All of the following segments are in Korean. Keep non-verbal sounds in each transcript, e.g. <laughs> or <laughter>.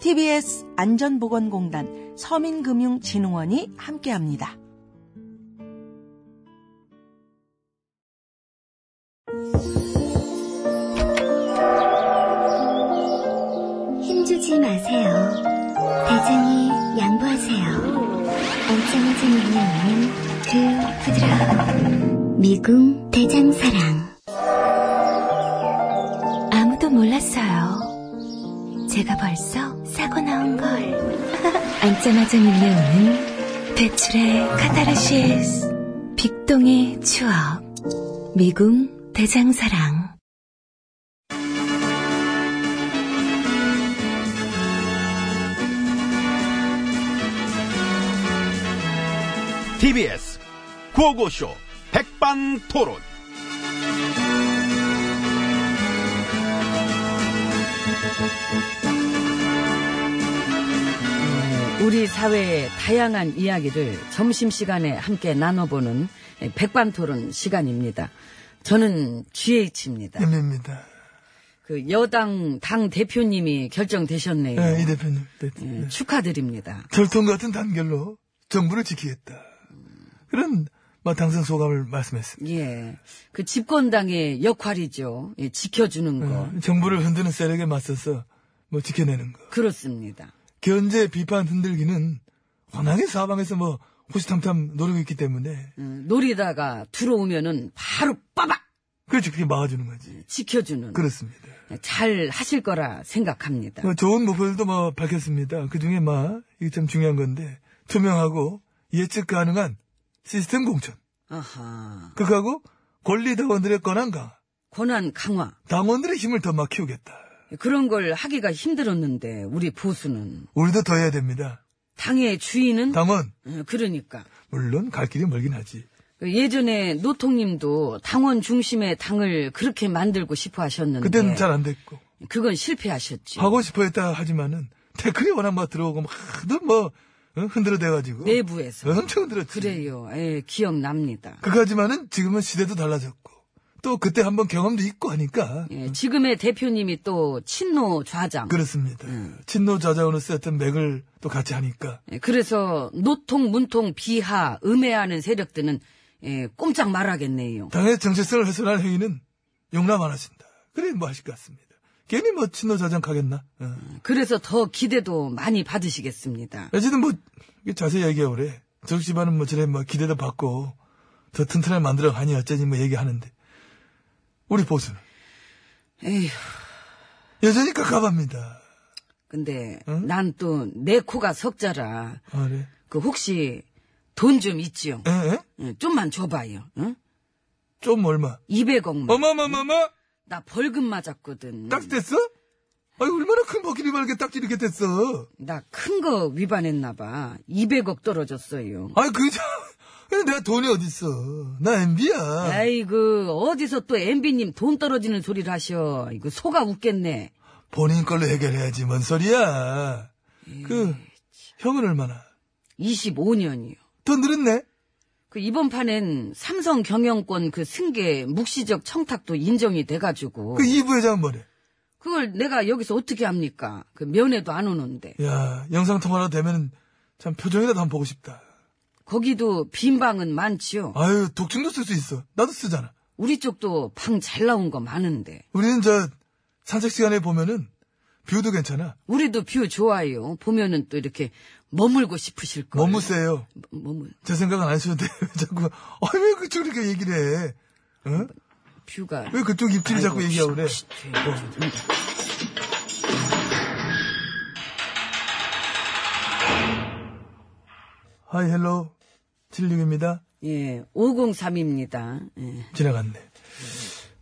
TBS 안전보건공단 서민금융진흥원이 함께합니다. 힘주지 마세요. 대장이 양보하세요. 엉짱해진 눈에는 그 부드러운 미궁 대장사랑. 아무도 몰랐어요. 제가 벌써 사고 나온 걸. <laughs> 앉자마자 밀려오는 대출의 카타르시스. 빅동의 추억. 미궁 대장사랑. TBS 구호고쇼 백반토론. 우리 사회의 다양한 이야기를 점심시간에 함께 나눠보는 백반토론 시간입니다. 저는 GH입니다. MM입니다. 그 여당 당 대표님이 결정되셨네요. 예, 이 대표님. 네, 네. 예, 축하드립니다. 절통 같은 단결로 정부를 지키겠다. 그런 뭐 당선 소감을 말씀했습니다. 예. 그 집권당의 역할이죠. 예, 지켜주는 거. 어, 정부를 흔드는 세력에 맞서서 뭐 지켜내는 거. 그렇습니다. 견제 비판 흔들기는 워낙에 사방에서 뭐 호시탐탐 노리고 있기 때문에 음, 노리다가 들어오면은 바로 빠박! 그렇지 그게 막아주는 거지. 음. 지켜주는. 그렇습니다. 잘 하실 거라 생각합니다. 뭐 좋은 목표들도 뭐 밝혔습니다. 그 중에 막 이게 참 중요한 건데 투명하고 예측 가능한 시스템 공천. 아하. 그거하고 권리당원들의 권한 강화, 권한 강화. 당원들의 힘을 더 막 키우겠다. 그런 걸 하기가 힘들었는데, 우리 보수는. 우리도 더 해야 됩니다. 당의 주인은? 당원 어, 그러니까. 물론 갈 길이 멀긴 하지. 그 예전에 노통님도 당원 중심의 당을 그렇게 만들고 싶어 하셨는데. 그때는 잘 안 됐고 그건 실패하셨지. 하고 싶어했다 하지만은 태클이 워낙 막 들어오고 막 하도 뭐 어? 흔들어대가지고 네, 내부에서. 엄청 흔들었지. 그래요. 예, 기억납니다. 그거지만은 지금은 시대도 달라졌고 또 그때 한번 경험도 있고 하니까 예, 지금의 대표님이 또 친노 좌장. 그렇습니다. 음. 친노 좌자원으로서 어떤 맥을 또 같이 하니까 예, 그래서 노통, 문통, 비하, 음해하는 세력들은 예, 꼼짝 말하겠네요. 당의 정체성을 훼손할 행위는 용납 안 하신다. 그래 뭐 하실 것 같습니다. 괜히 뭐 친노 좌장 가겠나? 어. 그래서 더 기대도 많이 받으시겠습니다. 어쨌든 뭐 이게 자세히 얘기해 오래. 적 집안은 뭐 저래 뭐 기대도 받고 더 튼튼하게 만들어 가니 어쩌니 뭐 얘기하는데 우리 보수는 에휴, 여전히 깝깝합니다. 근데 응? 난 또 내 코가 석자라. 아, 그래? 그 혹시 돈 좀 있지요? 에? 에? 예, 좀만 줘봐요. 응? 좀 얼마? 200억만. 어마마마마 나 벌금 맞았거든. 딱 됐어? 아니 얼마나 큰 버킷이 말게 딱 이렇게 됐어? 나 큰 거 위반했나봐. 200억 떨어졌어요. 아니 그저 내가 돈이 어딨어? 나 MB야. 아이고, 어디서 또 MB님 돈 떨어지는 소리를 하셔. 이거 소가 웃겠네. 본인 걸로 해결해야지 뭔 소리야? 그 형은 얼마나? 25년이요. 더 늘었네? 그 이번 판엔 삼성 경영권 그 승계 묵시적 청탁도 인정이 돼가지고 그 이 부회장은 뭐래? 그걸 내가 여기서 어떻게 합니까? 그 면회도 안 오는데 야, 영상통화라 되면 참 표정이라도 한번 보고 싶다. 거기도 빈 방은 많지요. 아유, 독증도 쓸 수 있어. 나도 쓰잖아. 우리 쪽도 방 잘 나온 거 많은데 우리는 저, 산책 시간에 보면은, 뷰도 괜찮아. 우리도 뷰 좋아요. 보면은 또 이렇게 머물고 싶으실 거예요. 머무세요. 머물 제 생각은 안 하셔도 돼. <laughs> 왜 자꾸, 아, 왜 그쪽으로 얘기를 해? 응? 뷰가 왜 그쪽 입질이 자꾸 아이고, 얘기하고 그래? 쉿, 쉿, 조용히 좀 해. 하이, 헬로. 76입니다. 예, 503입니다. 예. 지나갔네.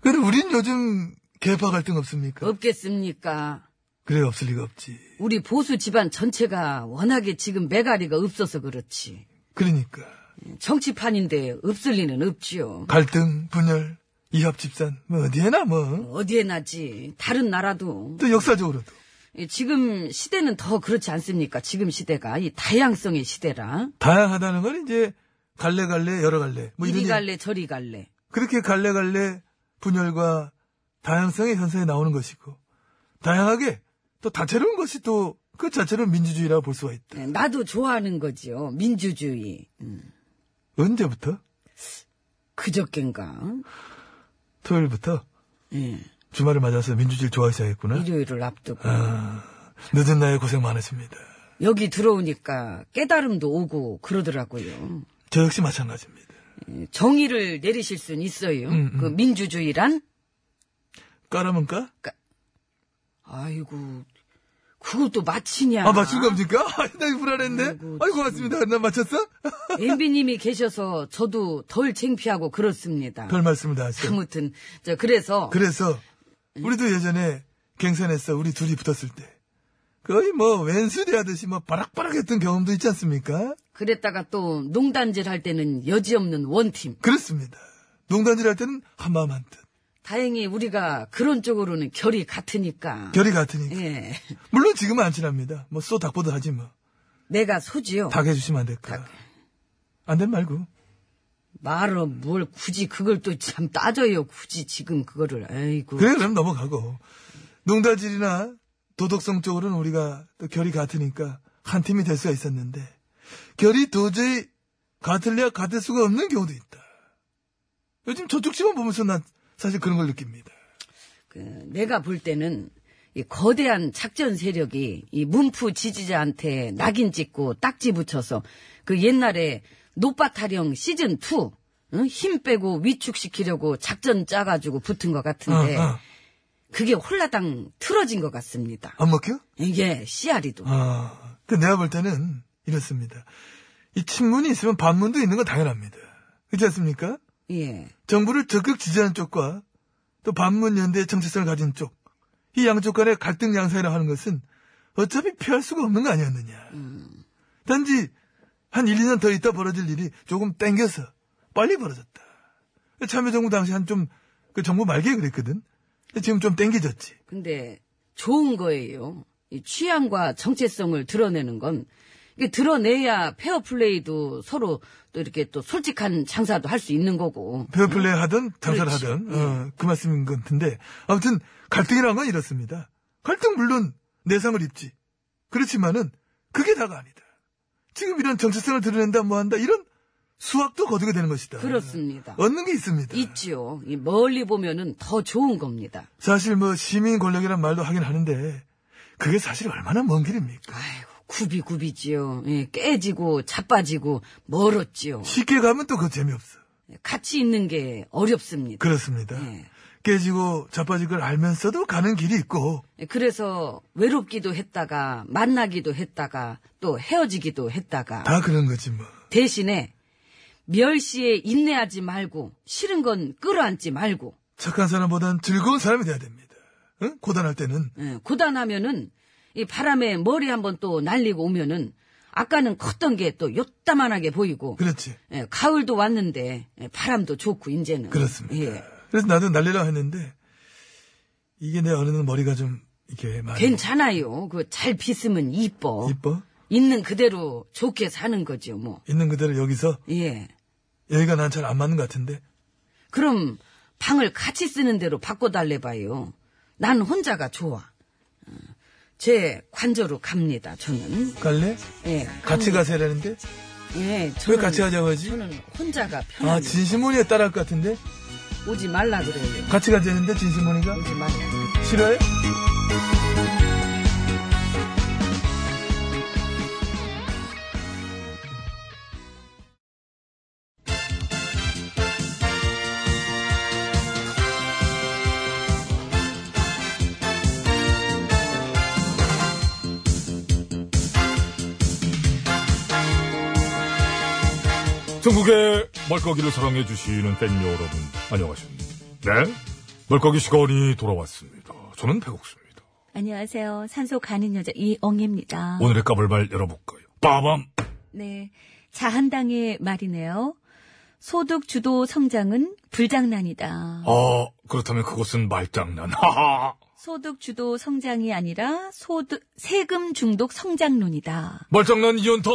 그래, 우린 요즘 개파 갈등 없습니까? 없겠습니까? 그래, 없을 리가 없지. 우리 보수 집안 전체가 워낙에 지금 메가리가 없어서 그렇지. 그러니까. 정치판인데 없을 리는 없지요. 갈등, 분열, 이합 집산, 뭐, 어디에나 뭐. 어디에 나지? 다른 나라도. 또 역사적으로도. 예, 지금 시대는 더 그렇지 않습니까? 지금 시대가. 이 다양성의 시대라. 다양하다는 건 이제, 갈래갈래, 여러갈래. 뭐, 이런. 이리 얘기. 갈래, 저리 갈래. 그렇게 갈래갈래 분열과 다양성의 현상이 나오는 것이고, 다양하게 또 다채로운 것이 또 그 자체로 민주주의라고 볼 수가 있다. 예, 나도 좋아하는 거지요. 민주주의. 음, 언제부터? 그저껜가. 토요일부터? 예, 주말을 맞아서 민주주의를 좋아하기 시작했구나. 아, 일요일을 앞두고. 늦은 나이 고생 많으십니다. 여기 들어오니까 깨달음도 오고 그러더라고요. 저 역시 마찬가지입니다. 예, 정의를 내리실 순 있어요. 음, 음. 그 민주주의란? 까라면 까? 아이고, 그걸 또 마치냐. 아, 맞춘 겁니까? <laughs> 아이, 나 이거 불안했네. 아이고, 고맙습니다. 난 맞췄어? <laughs> 엠비님이 계셔서 저도 덜 창피하고 그렇습니다. 별 말씀을 다 하시죠. 아무튼 저 그래서 그래서, 우리도 예전에 갱산에서 우리 둘이 붙었을 때, 거의 뭐, 왼수대 하듯이 뭐, 바락바락 했던 경험도 있지 않습니까? 그랬다가또 농단질 할 때는 여지없는 원팀. 그렇습니다. 농단질 할 때는 한마음 한뜻. 다행히 우리가 그런 쪽으로는 결이 같으니까. 결이 같으니까. 예. 물론 지금은 안 친합니다. 뭐, 쏘 닭보다 하지 뭐. 내가 소지요. 닭 해주시면 안 될까? 안 된 말고. 말어 뭘 굳이 그걸 또 참 따져요. 굳이 지금 그거를. 아이고. 음. 그래, 그럼 넘어가고. 농단질이나 도덕성 쪽으로는 우리가 또 결이 같으니까 한 팀이 될 수가 있었는데, 결이 도저히 같을래야 같을 수가 없는 경우도 있다. 요즘 저쪽 집안 보면서 난 사실 그런 걸 느낍니다. 그, 내가 볼 때는 이 거대한 작전 세력이 이 문프 지지자한테 낙인 찍고 딱지 붙여서 그 옛날에 노빠타령 시즌 2. 응? 힘 빼고 위축시키려고 작전 짜가지고 붙은 것 같은데 어, 어. 그게 홀라당 틀어진 것 같습니다. 안 먹혀? 이게 씨알이도 아, 그 내가 볼 때는 이렇습니다. 이 친문이 있으면 반문도 있는 건 당연합니다. 그렇지 않습니까? 예 정부를 적극 지지하는 쪽과 또 반문 연대의 정체성을 가진 쪽, 이 양쪽 간의 갈등 양상이라고 하는 것은 어차피 피할 수가 없는 거 아니었느냐. 단지 한 1, 2년 더 있다 벌어질 일이 조금 땡겨서 빨리 벌어졌다. 참여정부 당시 한 좀, 그 정부 말기에 그랬거든. 지금 좀 땡겨졌지. 근데 좋은 거예요. 이 취향과 정체성을 드러내는 건 이게 드러내야 페어플레이도 서로 또 이렇게 또 솔직한 장사도 할 수 있는 거고. 페어플레이 하든 장사를 음. 그렇지. 하든 어, 그 말씀인 것 같은데 아무튼 갈등이란 건 이렇습니다. 갈등 물론 내상을 입지. 그렇지만은 그게 다가 아니다. 지금 이런 정체성을 드러낸다 뭐한다 이런 수확도 거두게 되는 것이다. 그렇습니다. 얻는 게 있습니다. 있지요. 이 멀리 보면은 더 좋은 겁니다. 사실 뭐 시민 권력이란 말도 하긴 하는데 그게 사실 얼마나 먼 길입니까? 아이고 구비구비지요. 예, 깨지고 자빠지고 멀었지요. 쉽게 가면 또 그거 재미없어. 같이 있는 게 어렵습니다. 그렇습니다. 예. 깨지고 자빠질 걸 알면서도 가는 길이 있고 예, 그래서 외롭기도 했다가 만나기도 했다가 또 헤어지기도 했다가 다 그런 거지 뭐. 대신에 멸시에 인내하지 말고 싫은 건 끌어안지 말고 착한 사람보단 즐거운 사람이 돼야 됩니다. 응? 고단할 때는. 예, 고단하면은 이 바람에 머리 한번 또 날리고 오면은 아까는 컸던 게 또 요따만하게 보이고 그렇지. 예, 가을도 왔는데 예, 바람도 좋고 이제는 그렇습니다. 예, 그래서 나도 날리라 했는데, 이게 내 어느 날 머리가 좀, 이렇게 많이. 괜찮아요. 그 잘 빗으면 이뻐. 이뻐? 있는 그대로 좋게 사는 거지요, 뭐. 있는 그대로 여기서 예. 여기가 난 잘 안 맞는 것 같은데 그럼 방을 같이 쓰는 대로 바꿔달래 봐요. 난 혼자가 좋아. 어, 제 관저로 갑니다, 저는. 갈래? 예. 같이 가세라는데 예, 저는, 왜 같이 하자고 하지? 저는 혼자가 편해. 아 진심머니가 따라할 것 같은데 오지 말라 그래요. 같이 가자는데 진심머니가 오지 말라. 싫어요? 전국의 말까기를 사랑해주시는 팬 여러분, 안녕하십니까. 네? 말까기 시간이 돌아왔습니다. 저는 백옥수입니다. 안녕하세요. 산소 가는 여자 이엉입니다. 오늘의 까불발 열어볼까요? 빠밤! 네. 자한당의 말이네요. 소득 주도 성장은 불장난이다. 아, 그렇다면 그것은 말장난. 하하! 소득 주도 성장이 아니라 소득 세금 중독 성장론이다. 말장난 이연타!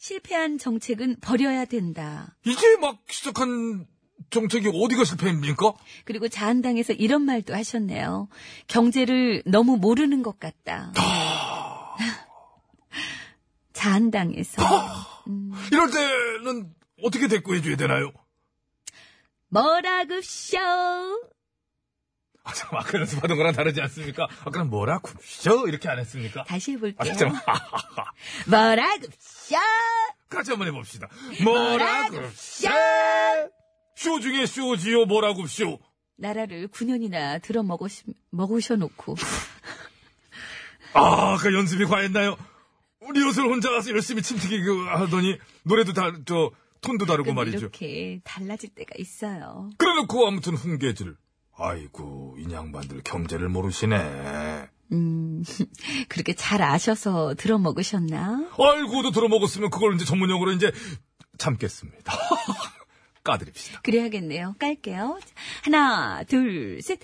실패한 정책은 버려야 된다. 이제 막 시작한 정책이 어디가 실패입니까? 그리고 자한당에서 이런 말도 하셨네요. 경제를 너무 모르는 것 같다. <laughs> 자한당에서 이럴 때는 어떻게 대꾸해줘야 되나요? 뭐라급쇼? 아, 참, 아까 연습하던 거랑 다르지 않습니까? 아까는 뭐라 굽쇼? 이렇게 안 했습니까? 다시 아, 해볼게요. 잠깐만. 뭐라급쇼? <laughs> 같이 한번 해봅시다. 뭐라굽쇼! 쇼 중에 쇼지요, 뭐라굽쇼! 나라를 9년이나 들어 먹으시, 먹으셔놓고 그 아, 그 연습이 과했나요? 리허설 혼자 가서 열심히 침튀기 그 하더니 노래도 다, 저, 톤도 그러니까 다르고 말이죠. 이렇게 달라질 때가 있어요. 그래놓고 아무튼 훈계질. 아이고, 인양반들 경제를 모르시네. 음, <laughs> 그렇게 잘 아셔서 들어 먹으셨나? 아이고도 들어먹었으면 그걸 이제 전문용어로 이제 참겠습니다. <laughs> 까드립시다. 그래야겠네요. 깔게요. 하나, 둘, 셋.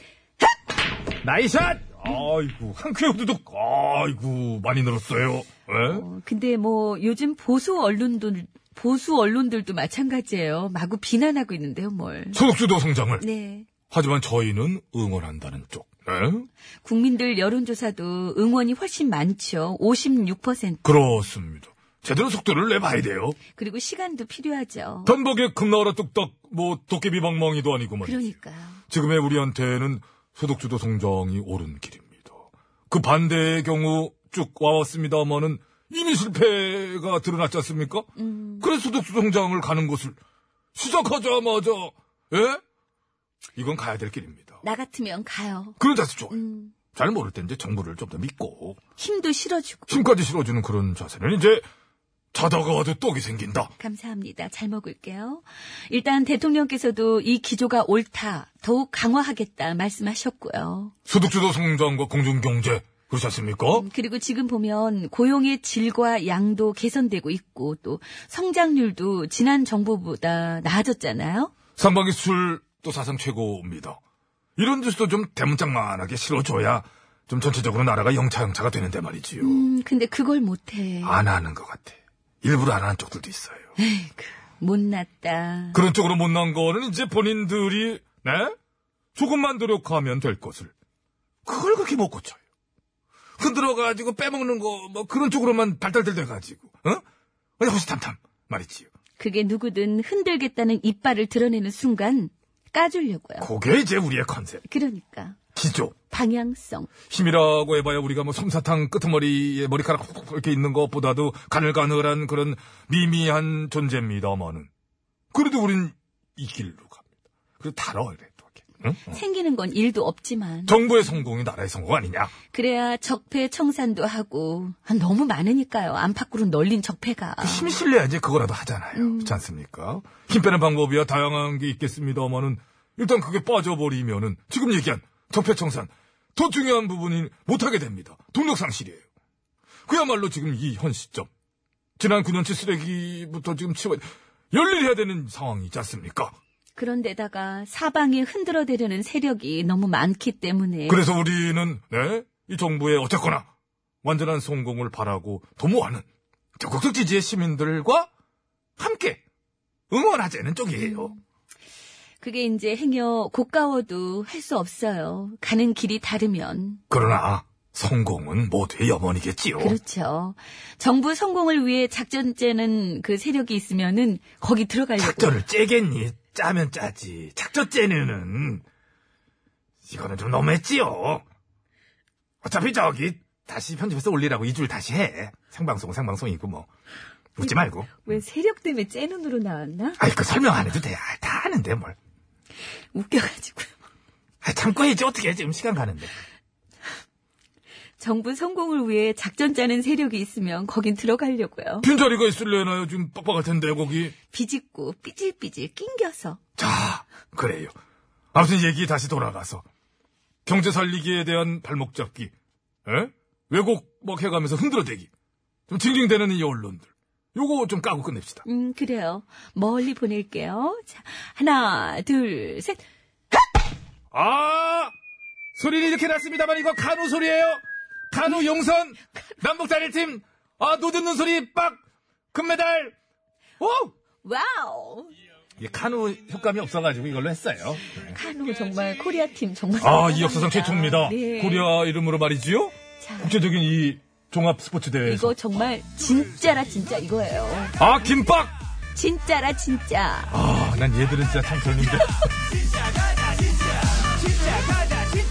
나이샷! 아이고, 한 큐에 후두둑. 아이고, 많이 늘었어요. 예? 어, 근데 뭐 요즘 보수 언론들 보수 언론들도 마찬가지예요. 마구 비난하고 있는데요, 뭘? 소득주도 성장을. 네. 하지만 저희는 응원한다는 쪽. 예? 국민들 여론조사도 응원이 훨씬 많죠. 56%. 그렇습니다. 제대로 속도를 내봐야 돼요. 그리고 시간도 필요하죠. 단박에 금나라 뚝딱, 뭐, 도깨비 방망이도 아니고 말이죠. 그러니까요. 지금의 우리한테는 소득주도 성장이 옳은 길입니다. 그 반대의 경우 쭉 와왔습니다만은 이미 실패가 드러났지 않습니까? 음. 그래서 소득주도 성장을 가는 것을 시작하자마자, 예? 이건 가야 될 길입니다. 나 같으면 가요. 그런 자세 좋아요. 네. 음, 잘 모를 때 이제 정부를 좀 더 믿고, 힘도 실어주고. 힘까지 실어주는 그런 자세는 이제 자다가 와도 떡이 생긴다. 감사합니다. 잘 먹을게요. 일단 대통령께서도 이 기조가 옳다, 더욱 강화하겠다 말씀하셨고요. 소득주도 성장과 공중경제, 그렇지 않습니까? 음, 그리고 지금 보면 고용의 질과 양도 개선되고 있고 또 성장률도 지난 정부보다 나아졌잖아요. 상반기 수출 또 사상 최고입니다. 이런 뉴스도 좀 대문짝만하게 실어줘야 좀 전체적으로 나라가 영차영차가 되는데 말이지요. 음, 근데 그걸 못해. 안 하는 것 같아. 일부러 안 하는 쪽들도 있어요. 못났다. 그런 쪽으로 못난 거는 이제 본인들이 네? 조금만 노력하면 될 것을 그걸 그렇게 못 고쳐요. 흔들어가지고 빼먹는 거 뭐 그런 쪽으로만 발달들돼가지고 어? 아니 허시탐탐 말이지요. 그게 누구든 흔들겠다는 이빨을 드러내는 순간 까주려고요. 그게 이제 우리의 컨셉 그러니까 기조. 방향성. 힘이라고 해봐야 우리가 뭐 솜사탕 끄트머리에 머리카락 훅훅 이렇게 있는 것보다도 가늘가늘한 그런 미미한 존재입니다만은. 그래도 우린 이 길로 갑니다. 그래도 달아요, 그래도. 응? 응. 생기는 건 일도 없지만 정부의 성공이 나라의 성공 아니냐? 그래야 적폐 청산도 하고 아, 너무 많으니까요. 안팎으로 널린 적폐가. 그 힘 실려야지 그거라도 하잖아요. 그렇지 않습니까? 힘 빼는 방법이야 다양한 게 있겠습니다만은 일단 그게 빠져버리면은 지금 얘기한 적폐청산 더 중요한 부분이 못하게 됩니다. 동력 상실이에요. 그야말로 지금 이 현 시점 지난 9년치 쓰레기부터 지금 치워 열일해야 되는 상황이지 않습니까? 그런데다가 사방에 흔들어대려는 세력이 너무 많기 때문에 그래서 우리는 네? 이 정부의 어쨌거나 완전한 성공을 바라고 도모하는 적극적 지지의 시민들과 함께 응원하자는 쪽이에요. 그게 이제 행여 고가워도 할 수 없어요. 가는 길이 다르면. 그러나 성공은 모두의 염원이겠지요. 그렇죠. 정부 성공을 위해 작전 짜는 그 세력이 있으면은 거기 들어가려고. 작전을 짜겠니? 짜면 짜지. 작전 짜는 이거는 좀 너무했지요. 어차피 저기 다시 편집해서 올리라고 이 줄 다시 해. 생방송 생방송이고 뭐 웃지 말고. 왜 세력 때문에 째눈으로 나왔나? 아이 그 설명 안 해도 돼. 아, 다 아는데 뭘. 웃겨가지고. <laughs> 아, 참고 해야지 어떻게 해 지금 시간 가는데. 정부 성공을 위해 작전 짜는 세력이 있으면 거긴 들어가려고요. 빈자리가 있을래나요? 지금 빡빡할 텐데 거기. 비집고 삐질삐질 낑겨서. 자, 그래요. 아무튼 얘기 다시 돌아가서 경제 살리기에 대한 발목 잡기, 에? 왜곡 막 해가면서 흔들어대기, 좀 징징대는 이 언론들, 요거 좀 까고 끝냅시다. 음, 그래요. 멀리 보낼게요. 자, 하나, 둘, 셋. 아, 소리는 이렇게 났습니다만 이거 간호 소리예요. 간호 용선 남북 단일팀 아 노듣는 소리 빡 금메달. 오, 와우! 이게 간호 효과음이 없어가지고 이걸로 했어요. 카노 정말 코리아 팀 정말. 네. 아, 이 대단합니다. 역사상 최초입니다. 네. 코리아 이름으로 말이지요. 자. 국제적인 이 종합 스포츠 대회에서. 이거 정말 진짜라 진짜 이거예요. 아, 김밥! 진짜라 진짜. 아, 난 얘들은 진짜 참 젊은데. 진짜 가자 진짜 진짜 가자 진짜